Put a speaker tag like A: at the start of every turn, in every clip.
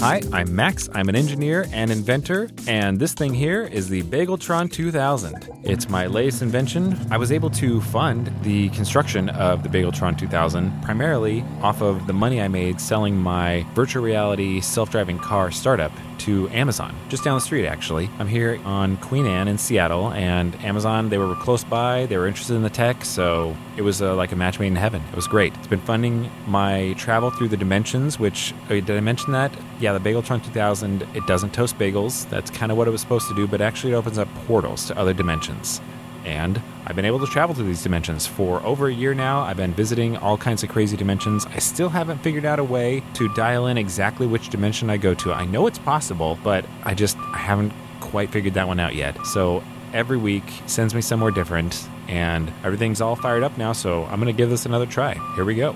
A: Hi, I'm Max. I'm an engineer and inventor, and this thing here is the Bageltron 2000. It's my latest invention. I was able to fund the construction of the Bageltron 2000 primarily off of the money I made selling my virtual reality self driving car startup to Amazon, just down the street actually. I'm here on Queen Anne in Seattle, and Amazon, they were close by, they were interested in the tech, so it was uh, like a match made in heaven. It was great. It's been funding my travel through the dimensions, which, uh, did I mention that? Yeah, the Bageltron 2000, it doesn't toast bagels. That's kind of what it was supposed to do, but actually it opens up portals to other dimensions. And I've been able to travel to these dimensions for over a year now. I've been visiting all kinds of crazy dimensions. I still haven't figured out a way to dial in exactly which dimension I go to. I know it's possible, but I just I haven't quite figured that one out yet. So every week sends me somewhere different, and everything's all fired up now, so I'm gonna give this another try. Here we go.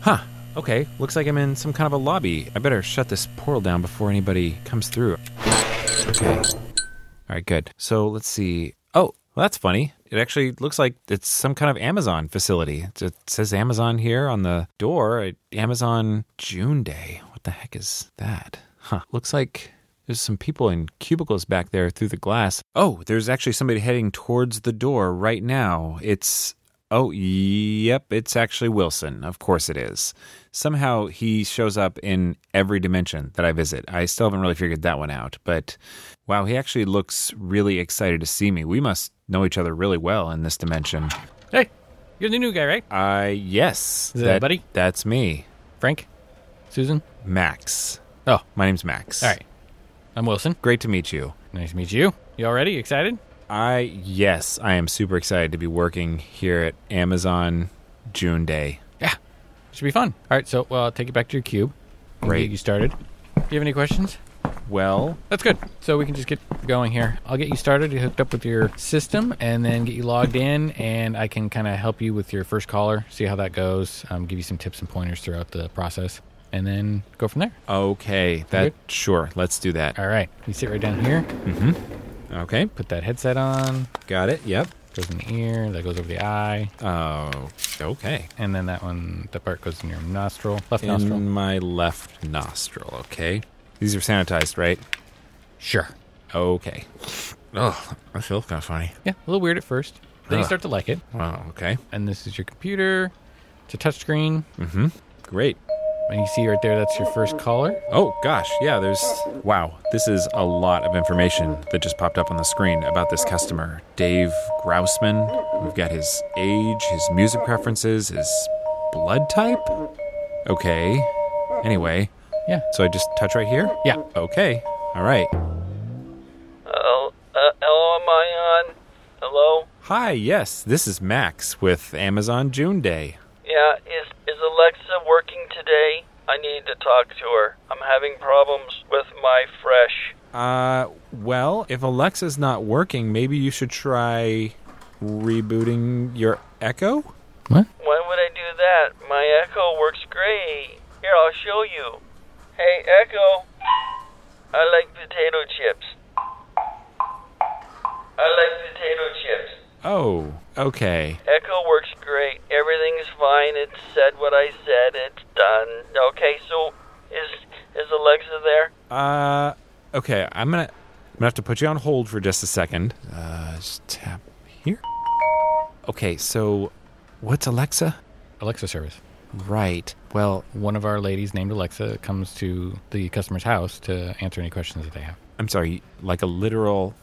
A: Huh. Okay, looks like I'm in some kind of a lobby. I better shut this portal down before anybody comes through. Okay. All right, good. So let's see. Oh, well, that's funny. It actually looks like it's some kind of Amazon facility. It it says Amazon here on the door. Uh, Amazon June Day. What the heck is that? Huh. Looks like there's some people in cubicles back there through the glass. Oh, there's actually somebody heading towards the door right now. It's Oh, yep, it's actually Wilson. Of course it is. Somehow he shows up in every dimension that I visit. I still haven't really figured that one out, but wow, he actually looks really excited to see me. We must know each other really well in this dimension.
B: Hey, you're the new guy, right?
A: Uh, yes.
B: Is that buddy?
A: That's me,
B: Frank? Susan?
A: Max.
B: Oh,
A: My name's Max.
B: all right. I'm Wilson.
A: Great to meet you.
B: Nice to meet you. You all ready? Excited?
A: I, yes, I am super excited to be working here at Amazon June Day.
B: Yeah. Should be fun. All right, so uh, I'll take you back to your cube. We'll
A: Great.
B: Get you started. Do you have any questions?
A: Well,
B: That's good. So we can just get going here. I'll get you started, get hooked up with your system, and then get you logged in, and I can kind of help you with your first caller, see how that goes, um, give you some tips and pointers throughout the process, and then go from there.
A: okay, that,
B: Good.
A: sure, let's do that.
B: All right. You sit right down here,
A: Okay,
B: put that headset on,
A: got it, yep.
B: goes in the ear, that goes over the eye,
A: Oh, okay.
B: and then that one, that part goes in your nostril, left
A: In
B: nostril.
A: my left nostril, okay. These are sanitized, right?
B: Sure.
A: Okay. Oh, I feel kind of funny.
B: Yeah, a little weird at first. Then you
A: Huh.
B: start to like it.
A: Wow, okay.
B: And this is your computer. It's a touchscreen.
A: Great.
B: And you see right there, that's your first caller.
A: Oh gosh, yeah, there's wow. This is a lot of information that just popped up on the screen about this customer, Dave Grousman. We've got his age, his music preferences, his blood type. Okay. Anyway,
B: Yeah.
A: so I just touch right here?
B: Yeah.
A: Okay. All right.
C: Oh, uh, hello, am I on? Hello?
A: Hi, yes, this is Max with Amazon June Day.
C: Yeah, is, is Alexa working today? I need to talk to her. I'm having problems with my fresh.
A: Uh, well, if Alexa's not working, maybe you should try rebooting your Echo?
C: Why would I do that? My Echo works great. Here, I'll show you. Hey, Echo. I like potato chips. I like potato chips.
A: Oh, okay.
C: Echo works great. Everything's fine. It said what I said. It's done. Okay, so is is Alexa there?
A: Uh, okay. I'm gonna I'm gonna have to put you on hold for just a second. Uh, just tap here. Okay, so what's Alexa?
B: Alexa service.
A: Right. Well,
B: One of our ladies named Alexa comes to the customer's house to answer any questions that they have.
A: I'm sorry. Like a literal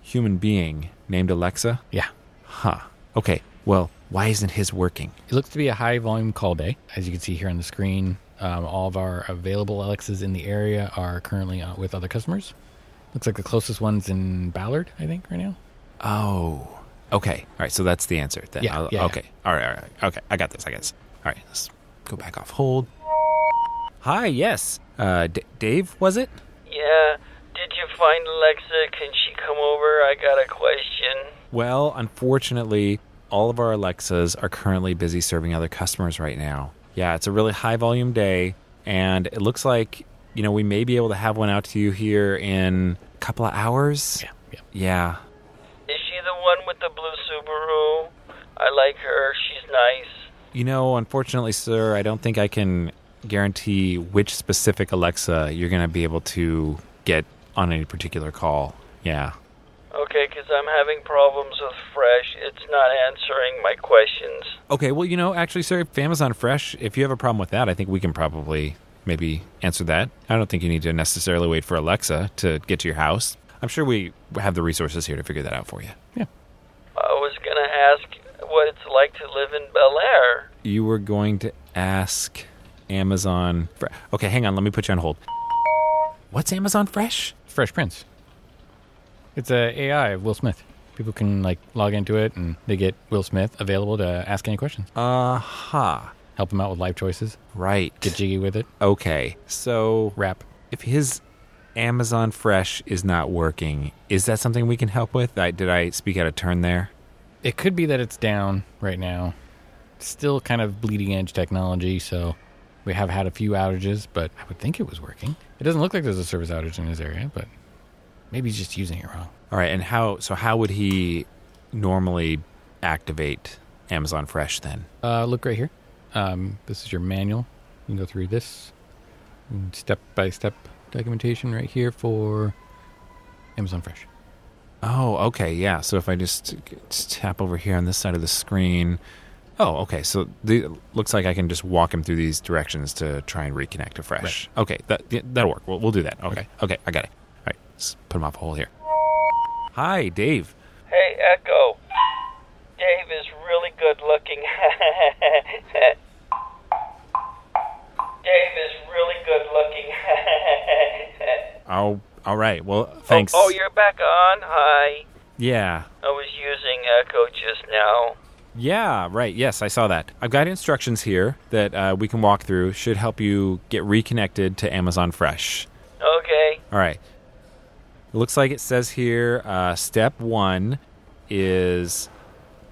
A: human being named Alexa?
B: Yeah.
A: Huh. Okay. Well, why isn't his working?
B: It looks to be a high volume call day. As you can see here on the screen, um, all of our available Alexas in the area are currently out with other customers. Looks like the closest one's in Ballard, I think, right now.
A: Oh. Okay. All right. So that's the answer. Then.
B: Yeah,
A: I'll-
B: yeah, yeah.
A: okay. All right. All right. Okay. I got this. I got this. All right. Let's go back off hold. Hi. Yes. Uh, D- Dave. Was it?
C: Yeah. Did you find Alexa? Can she come over? I got a question.
A: Well, unfortunately, all of our Alexas are currently busy serving other customers right now. Yeah, it's a really high volume day, and it looks like, you know, we may be able to have one out to you here in a couple of hours.
B: Yeah. Yeah.
A: Yeah.
C: Is she the one with the blue Subaru? I like her. She's nice.
A: You know, unfortunately, sir, I don't think I can guarantee which specific Alexa you're going to be able to get on any particular call. Yeah.
C: Okay, because I'm having problems with Fresh. It's not answering my questions.
A: Okay, well, you know, actually, sir, if Amazon Fresh, if you have a problem with that, I think we can probably maybe answer that. I don't think you need to necessarily wait for Alexa to get to your house. I'm sure we have the resources here to figure that out for you.
C: I was going to ask what it's like to live in Bel Air.
A: You were going to ask Amazon. Fre- okay, hang on. Let me put you on hold. What's Amazon Fresh?
B: Fresh Prince. It's a AI of Will Smith. People can like log into it and they get Will Smith available to ask any questions,
A: Uh huh.
B: help him out with life choices,
A: Right.
B: get jiggy with it,
A: okay. So
B: rap.
A: if his Amazon Fresh is not working, is that something we can help with? I, did I speak out of turn there?
B: It could be that it's down right now. Still kind of bleeding edge technology, so we have had a few outages, but I would think it was working. It doesn't look like there's a service outage in his area, but maybe he's just using it wrong.
A: All right. And how? So how would he normally activate Amazon Fresh then?
B: Uh, look right here. Um, this is your manual. You can go through this step by step documentation right here for Amazon Fresh.
A: Oh, okay, yeah. So if I just, just tap over here on this side of the screen, oh, okay. So the looks like I can just walk him through these directions to try and reconnect to fresh. Okay, that yeah, that'll work. We'll, we'll do that. Okay, okay, I got it. All right, let's put him off a hole here. Hi, Dave.
C: Hey, Echo. Dave is really good looking. Dave is really good looking.
A: Oh, all right. Well, thanks.
C: Oh, oh, you're back on? Hi.
A: yeah.
C: I was using Echo just now.
A: Yeah, right. Yes, I saw that. I've got instructions here that uh, we can walk through. Should help you get reconnected to Amazon Fresh.
C: Okay.
A: All right. It looks like it says here uh, step one is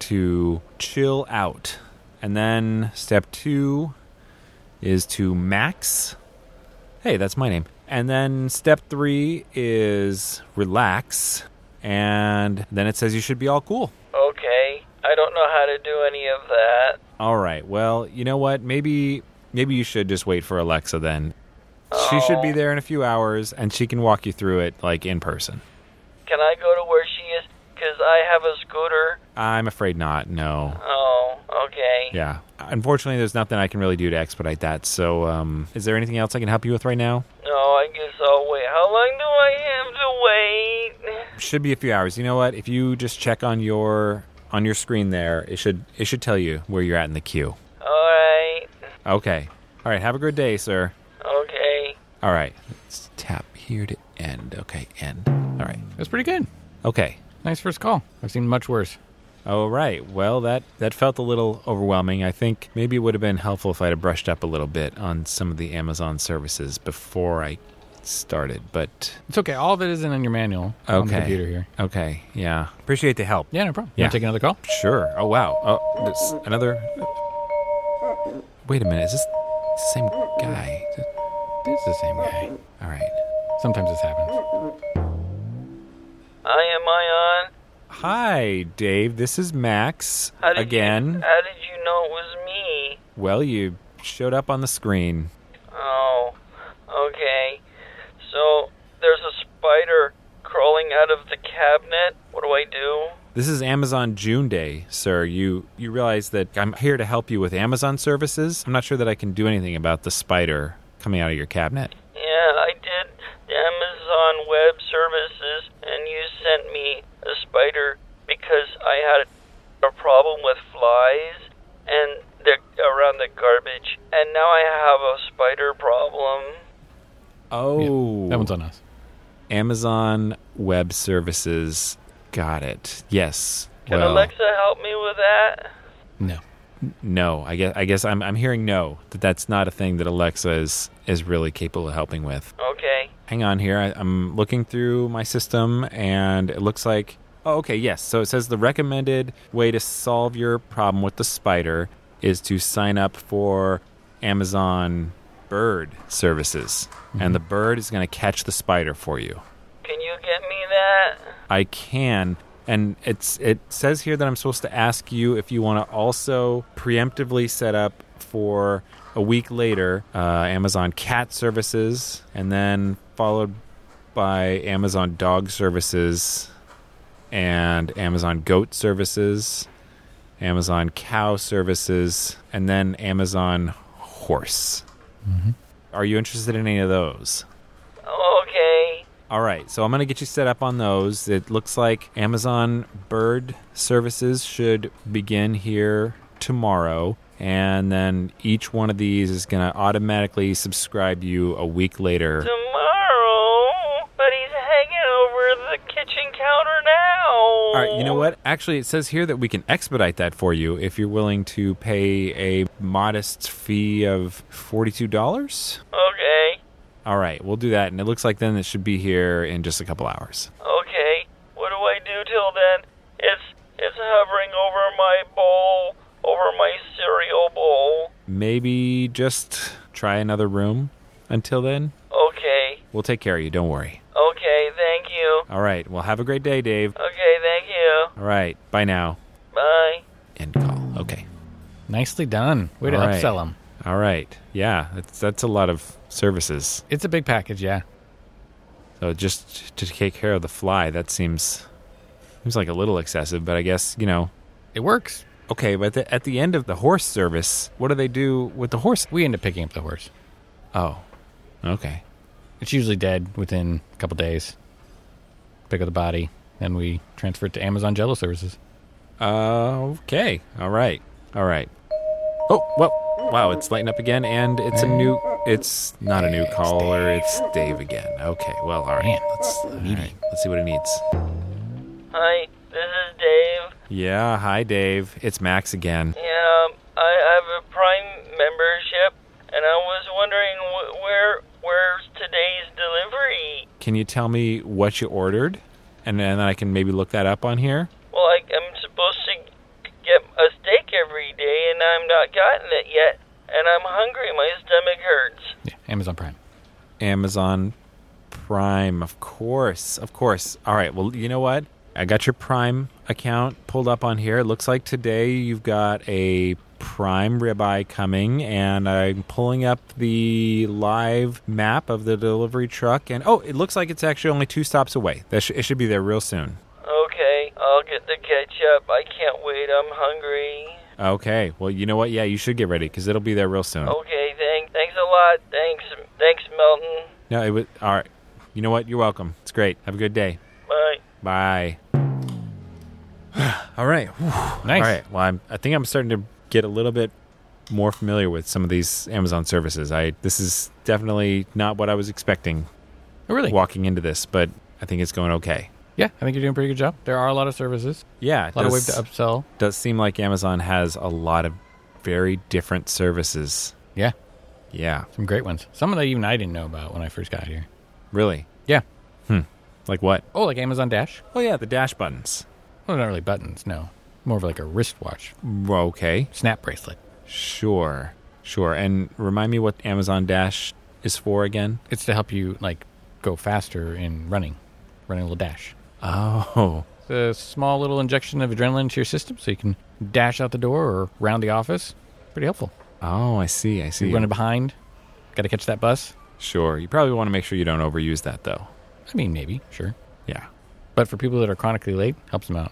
A: to chill out. And then step two is to max. Hey, that's my name. And then step three is relax. And then it says you should be all cool.
C: Okay. I don't know how to do any of that.
A: All right. Well, you know what? Maybe maybe you should just wait for Alexa then. She should be there in a few hours and she can walk you through it like in person.
C: Can I go to where she is? Because I have a scooter.
A: I'm afraid not. No.
C: Oh, okay.
A: Yeah. Unfortunately, there's nothing I can really do to expedite that. So, um, is there anything else I can help you with right now?
C: No, I guess I'll wait. How long do I have to wait?
A: Should be a few hours. You know what? If you just check on your on your screen there, it should it should tell you where you're at in the queue.
C: Alright.
A: Okay. All right. Have a good day, sir.
C: Okay.
A: All right. Let's tap here to end. Okay, end. All right.
B: That's pretty good.
A: Okay.
B: Nice first call. I've seen much worse.
A: All Oh, right. Well, that that felt a little overwhelming. I think maybe it would have been helpful if I'd have brushed up a little bit on some of the Amazon services before I started, but
B: It's okay. All of it isn't in your manual on
A: Okay.
B: the computer here.
A: Okay. Yeah. Appreciate the help.
B: Yeah, no problem. You
A: Yeah.
B: want to take another call?
A: Sure. Oh wow. Oh, this, another. Wait a minute. Is this the same guy?
B: It's the same guy.
A: All right.
B: Sometimes this happens.
C: I am I on?
A: Hi, Dave. This is Max
C: How did You,
A: again.
C: how did you know it was me?
A: Well, you showed up on the screen.
C: Oh, okay. So there's a spider crawling out of the cabinet. What do I do?
A: This is Amazon June Day, sir. You you realize that I'm here to help you with Amazon services. I'm not sure that I can do anything about the spider coming out of your cabinet.
C: Yeah, I did Amazon Web Services, and you sent me a spider because I had a problem with flies and they're around the garbage, and now I have a spider problem.
A: Oh,
B: That one's on us.
A: Amazon Web Services. Got it. Yes.
C: Can
A: well,
C: Alexa help me with that?
B: No.
A: no. I guess I guess I'm I'm hearing no. That that's not a thing that Alexa is is really capable of helping with.
C: Okay.
A: Hang on here. I, I'm looking through my system and it looks like Oh, okay, yes. So it says the recommended way to solve your problem with the spider is to sign up for Amazon Bird services. And the bird is going to catch the spider for you.
C: Can you get me that?
A: I can. And it's it says here that I'm supposed to ask you if you want to also preemptively set up for a week later, uh, Amazon Cat Services, and then followed by Amazon Dog Services and Amazon Goat Services, Amazon Cow Services, and then Amazon Horse. Are you interested in any of those?
C: Okay.
A: All right, so I'm going to get you set up on those. It looks like Amazon Bird Services should begin here tomorrow. And then each one of these is going to automatically subscribe you a week later.
C: Tomorrow, but he's hanging over the kitchen counter now. All
A: All right, you know what? Actually, it says here that we can expedite that for you if you're willing to pay a modest fee of $42.
C: Okay.
A: All right, we'll do that. And it looks like then it should be here in just a couple hours.
C: Okay. What do I do till then? It's it's hovering over my bowl, over my cereal bowl.
A: Maybe just try another room until then.
C: Okay.
A: We'll take care of you. Don't worry.
C: Okay, thank you.
A: All right. Well, have a great day, Dave.
C: Okay, thank you.
A: All right. Bye now.
C: Bye.
A: End call. Okay.
B: Nicely done. Way to
A: All right.
B: upsell them.
A: All right. Yeah. That's that's a lot of services.
B: It's a big package, yeah.
A: So just to take care of the fly, that seems seems like a little excessive. But I guess you know.
B: It works.
A: Okay. But the, at the end of the horse service, what do they do with the horse?
B: We end up picking up the horse.
A: Oh. Okay.
B: It's usually dead within a couple days. Pick up the body, and we transfer it to Amazon Jello Services.
A: Uh, okay. All right. All right. Oh, well, wow, it's lighting up again, and it's a new. It's not a new caller. It's Dave again. Okay. Well, all right.
B: Man,
A: let's all right, let's see what it needs.
C: Hi, this is Dave.
A: Yeah. Hi, Dave. It's Max again.
C: Yeah, I have a Prime membership, and I was wondering wh- where where's today's delivery?
A: Can you tell me what you ordered, and then I can maybe look that up on here?
C: Well, I, I'm supposed to get a steak every day, and I'm not gotten it yet, and I'm hungry. My stomach hurts.
B: Yeah, Amazon Prime.
A: Amazon Prime, of course, of course. All right. Well, you know what? I got your Prime account pulled up on here. It looks like today you've got a Prime ribeye coming, and I'm pulling up the live map of the delivery truck. And oh, it looks like it's actually only two stops away. That sh- it should be there real soon.
C: Okay, I'll get the ketchup. I can't wait. I'm hungry.
A: Okay. Well, you know what? Yeah, you should get ready because it'll be there real soon.
C: Okay, thanks. Thanks a lot. Thanks. Thanks, Melton.
A: No, it was all right. You know what? You're welcome. It's great. Have a good day.
C: Bye.
A: Bye. all right.
B: Nice.
A: All right. Well, I'm, I think I'm starting to get a little bit more familiar with some of these Amazon services. I this is definitely not what I was expecting
B: Oh, really?
A: walking into this, but I think it's going okay.
B: Yeah, I think you're doing a pretty good job. There are a lot of services,
A: Yeah, it
B: a lot of
A: does,
B: ways to upsell.
A: does seem like Amazon has a lot of very different services.
B: Yeah,
A: Yeah,
B: some great ones. Some that even I didn't know about when I first got here.
A: really.
B: Yeah.
A: Like what?
B: Oh, like Amazon Dash?
A: Oh yeah, the dash buttons.
B: Well, not really buttons, no. More of like a wristwatch,
A: Okay,
B: snap bracelet.
A: sure, sure. And remind me what Amazon Dash is for again.
B: It's to help you like go faster in running, running a little dash.
A: Oh,
B: It's a small little injection of adrenaline into your system so you can dash out the door or round the office. Pretty helpful.
A: oh, I see, I see.
B: Running behind, got to catch that bus.
A: Sure. You probably want to make sure you don't overuse that, though.
B: I mean, maybe, sure.
A: Yeah.
B: But for people that are chronically late, helps them out.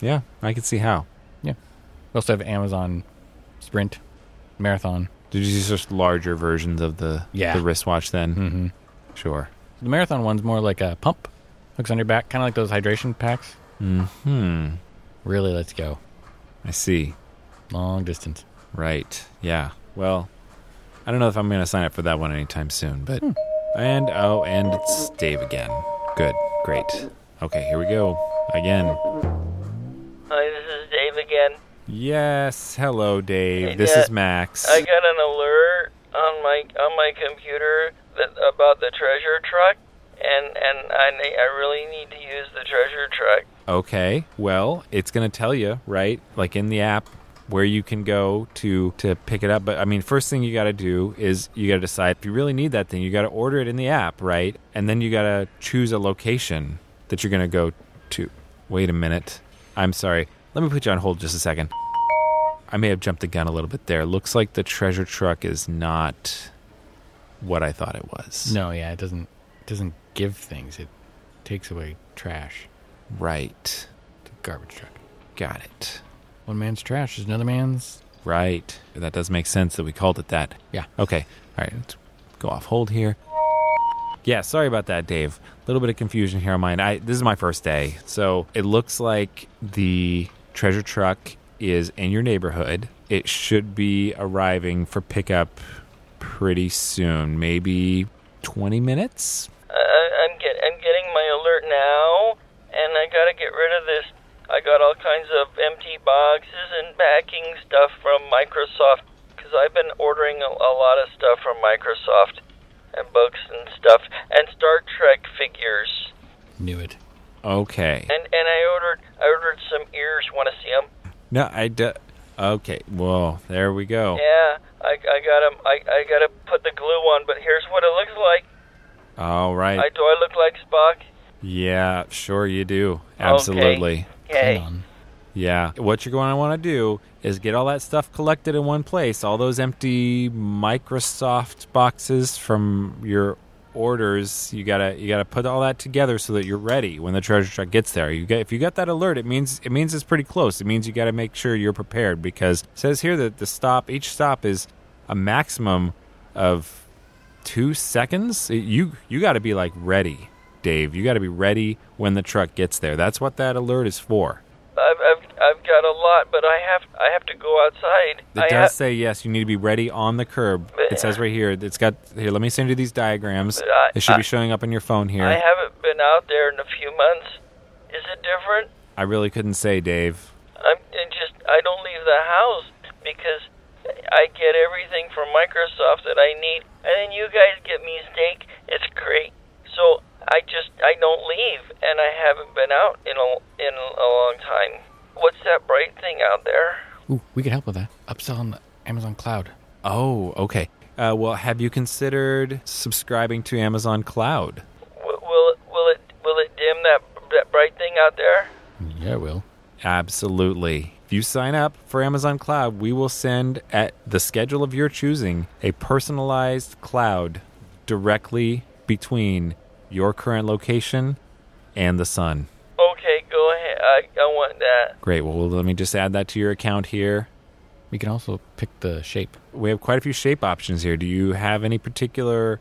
A: Yeah, I can see how.
B: Yeah. We also have Amazon Sprint Marathon.
A: Did you use just larger versions of the
B: Yeah.
A: the wristwatch then? Mm-hmm. Sure.
B: The marathon one's more like a pump, hooks on your back, kind of like those hydration packs. Hmm. Really, let's go
A: I see.
B: long distance.
A: Right. Yeah. Well, I don't know if I'm going to sign up for that one anytime soon, but. And oh, and it's Dave again. Good. Great. Okay, here we go. Again.
C: Hi, this is Dave again.
A: Yes. Hello, Dave.
C: Hey,
A: this
C: Dad.
A: is Max.
C: I got an alert on my on my computer that about the treasure truck, and and I ne- I really need to use the treasure truck.
A: Okay. Well, it's going to tell you, right? Like in the app where you can go to to pick it up, but I mean, first thing you got to do is you got to decide if you really need that thing, you got to order it in the app, right? And then you got to choose a location that you're going to go to. Wait a minute. I'm sorry. Let me put you on hold just a second. I may have jumped the gun a little bit there. Looks like the treasure truck is not what I thought it was.
B: No, yeah, it doesn't it doesn't give things. It takes away trash.
A: Right.
B: It's a garbage truck.
A: Got it.
B: One man's trash is another man's.
A: Right. That does make sense that we called it that.
B: Yeah.
A: Okay. All right. Let's go off hold here. Yeah, sorry about that, Dave. A little bit of confusion here on mine. I this is my first day. So it looks like the treasure truck is in your neighborhood. It should be arriving for pickup pretty soon. Maybe twenty minutes?
C: I, I'm get I'm getting my alert now, and I gotta get rid of this. I got all kinds of empty boxes and packing stuff from Microsoft because I've been ordering a, a lot of stuff from Microsoft and books and stuff and Star Trek figures.
B: Knew it.
A: Okay.
C: And and I ordered I ordered some ears. Want to see them?
A: No, I do Okay. Whoa, there we go.
C: Yeah, I I got 'em. I I gotta put the glue on. But here's what it looks like.
A: All right.
C: I do I look like Spock?
A: Yeah, sure you do. Absolutely.
C: Okay.
B: Klingon.
A: Yeah. What you're going to want to do is get all that stuff collected in one place, all those empty Microsoft boxes from your orders. You got to you got to put all that together so that you're ready when the treasure truck gets there. You get if you got that alert, it means it means it's pretty close. It means you got to make sure you're prepared because it says here that the stop each stop is a maximum of 2 seconds. You you got to be like ready, Dave. You got to be ready when the truck gets there. That's what that alert is for.
C: I've, I've I've got a lot, but I have I have to go outside.
A: It
C: I
A: does
C: ha-
A: say yes. You need to be ready on the curb. It says right here. It's got here. Let me send you these diagrams.
C: I-
A: It should
C: Uh, I-
A: be showing up on your phone here.
C: I
A: I,
C: haven't been out there in a few months. Is it different?
A: really couldn't say, Dave.
C: I'm it just I don't leave the house because I get everything from Microsoft that I need, and then you guys get me steak. It's great. So I just I don't leave, and I haven't been out in a in a long time. What's that bright thing out there?
B: Ooh, we could help with that. Upsell on the Amazon Cloud.
A: Oh, okay. Uh, well, have you considered subscribing to Amazon Cloud?
C: Will, will it will it will it dim that that bright thing out there?
B: Mm, Yeah, it will.
A: Absolutely. If you sign up for Amazon Cloud, we will send at the schedule of your choosing a personalized cloud directly between your current location and the sun.
C: Okay, go ahead. I, I want that.
A: Great. Well, let me just add that to your account here.
B: We can also pick the shape.
A: we have quite a few shape options here. Do you have any particular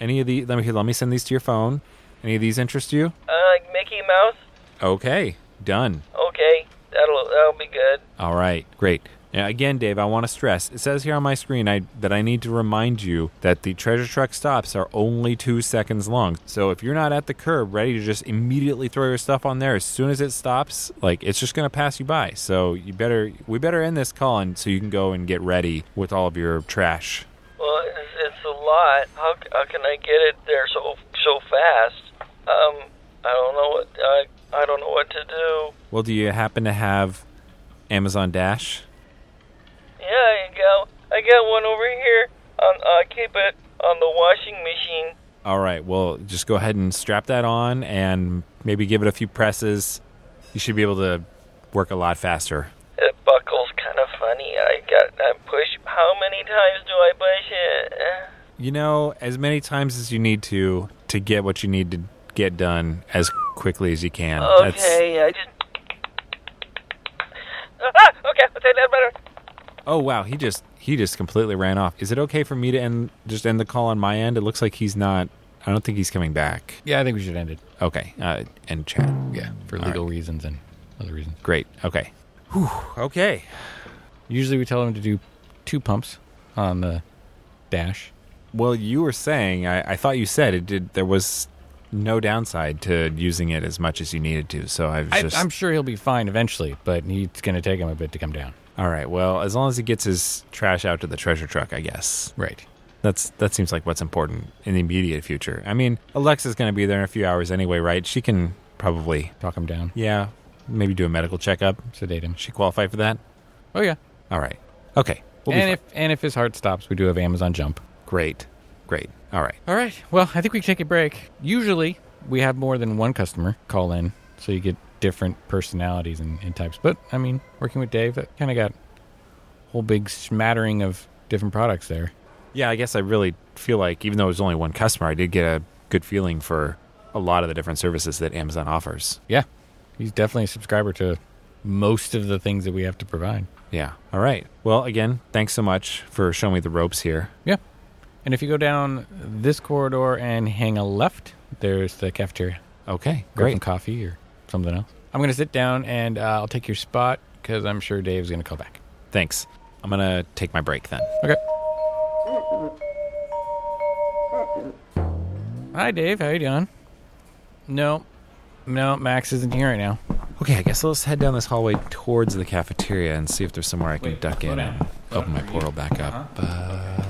A: any of the let me here, let me send these to your phone. Any of these interest you?
C: Uh, like Mickey Mouse.
A: Okay, done.
C: Okay, that'll that'll be good.
A: All right, great. Now, again, Dave, I want to stress it says here on my screen I, that I need to remind you that the treasure truck stops are only two seconds long. So if you're not at the curb ready to just immediately throw your stuff on there as soon as it stops, like it's just going to pass you by. So you better we better end this call and so you can go and get ready with all of your trash.
C: Well, it's, it's a lot. How c- how can I get it there so so fast? Um, I don't know what I I don't know what to do.
A: Well, do you happen to have Amazon Dash?
C: Yeah, I got I got one over here. On I keep it on the washing machine.
A: All right. Well, just go ahead and strap that on and maybe give it a few presses. You should be able to work a lot faster.
C: It buckles kind of funny. I got I push. How many times do I push it? Eh.
A: You know, as many times as you need to to get what you need to get done as quickly as you can.
C: Okay, I just. Ah, okay, I'll take that better.
A: oh wow, he just he just completely ran off. Is it okay for me to end just end the call on my end? It looks like he's not I don't think he's coming back.
B: Yeah, I think we should end it.
A: Okay. Uh end chat.
B: Yeah, for
A: All
B: legal reasons and other reasons.
A: Great. Okay. Whew, okay.
B: Usually we tell them to do two pumps on the dash.
A: Well, you were saying I, I thought you said it did. There was no downside to using it as much as you needed to. So I was
B: I,
A: just
B: I'm sure he'll be fine eventually, but it's going to take him a bit to come down.
A: all right. Well, as long as he gets his trash out to the treasure truck, I guess
B: Right.
A: that's that seems like what's important in the immediate future. I mean, Alexa's going to be there in a few hours anyway, right? She can probably
B: Talk him down,
A: yeah, maybe do a medical checkup.
B: sedate him.
A: She qualify for that.
B: Oh, yeah.
A: All right. Okay. We'll
B: and
A: be
B: if and if his heart stops, we do have Amazon Jump.
A: fine. great. Great. All right.
B: All right. Well, I think we can take a break. Usually, we have more than one customer call in, so you get different personalities and, and types. But I mean, working with Dave, that kind of got whole big smattering of different products there.
A: Yeah, I guess I really feel like even though it was only one customer, I did get a good feeling for a lot of the different services that Amazon offers.
B: Yeah, he's definitely a subscriber to most of the things that we have to provide.
A: Yeah. All right. Well, again, thanks so much for showing me the ropes here.
B: Yeah. And if you go down this corridor and hang a left, there's the cafeteria.
A: Okay.
B: Grab
A: Great.
B: some coffee or something else. I'm going to sit down and uh, I'll take your spot because I'm sure Dave's going to call back.
A: Thanks. I'm going to take my break then.
B: Okay. Hi, Dave. How you doing? No, no, Max isn't here right now.
A: Okay, I guess let's head down this hallway towards the cafeteria and see if there's somewhere I can
B: Wait,
A: duck
B: slow
A: in
B: down. Uh-huh.
A: and
B: Slow
A: open my
B: down.
A: portal back up. Uh,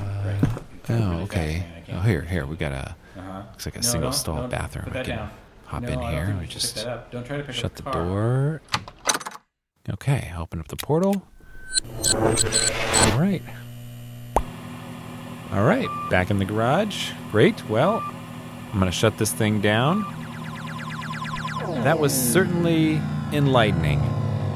A: oh, okay. Oh, here, here. We got a
B: Uh-huh.
A: looks like a single stall bathroom. I can hop in here. we just
B: Don't try to pick
A: shut the door. Okay, open up the portal. All right. All right, back in the garage. Great. Well, I'm going to shut this thing down. That was certainly enlightening.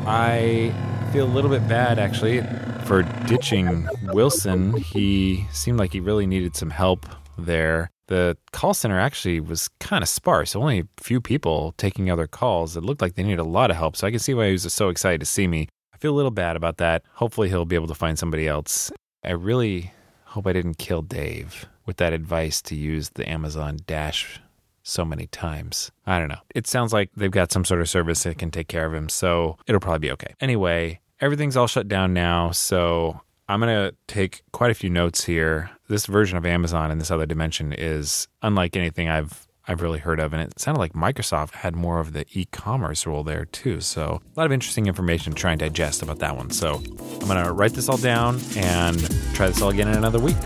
A: I feel a little bit bad actually for ditching Wilson. He seemed like he really needed some help there. The call center actually was kind of sparse, only a few people taking other calls. It looked like they needed a lot of help, so I can see why he was so excited to see me. I feel a little bad about that. Hopefully, he'll be able to find somebody else. I really hope I didn't kill Dave with that advice to use the Amazon Dash so many times. I don't know. It sounds like they've got some sort of service that can take care of him, so it'll probably be okay. Anyway, everything's all shut down now, so I'm going to take quite a few notes here. This version of Amazon in this other dimension is unlike anything I've I've really heard of, and it sounded like Microsoft had more of the e-commerce role there too. So a lot of interesting information to try and digest about that one. So I'm gonna write this all down and try this all again in another week.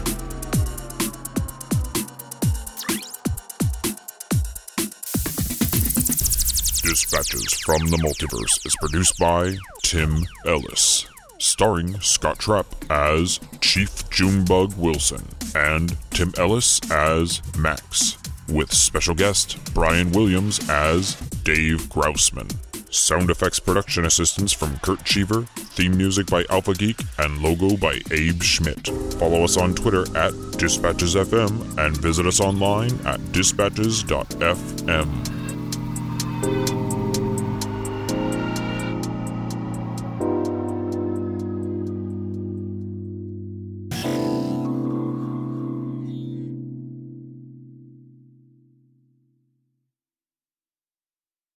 D: Dispatches from the Multiverse is produced by Tim Ellis, starring Scott Trapp as Chief Junebug Wilson and Tim Ellis as Max, with special guest Brian Williams as Dave Grousman. Sound effects production assistance from Kurt Cheever, theme music by Alpha Geek, and logo by Abe Schmidt. Follow us on Twitter at DispatchesFM and visit us online at dispatches.fm.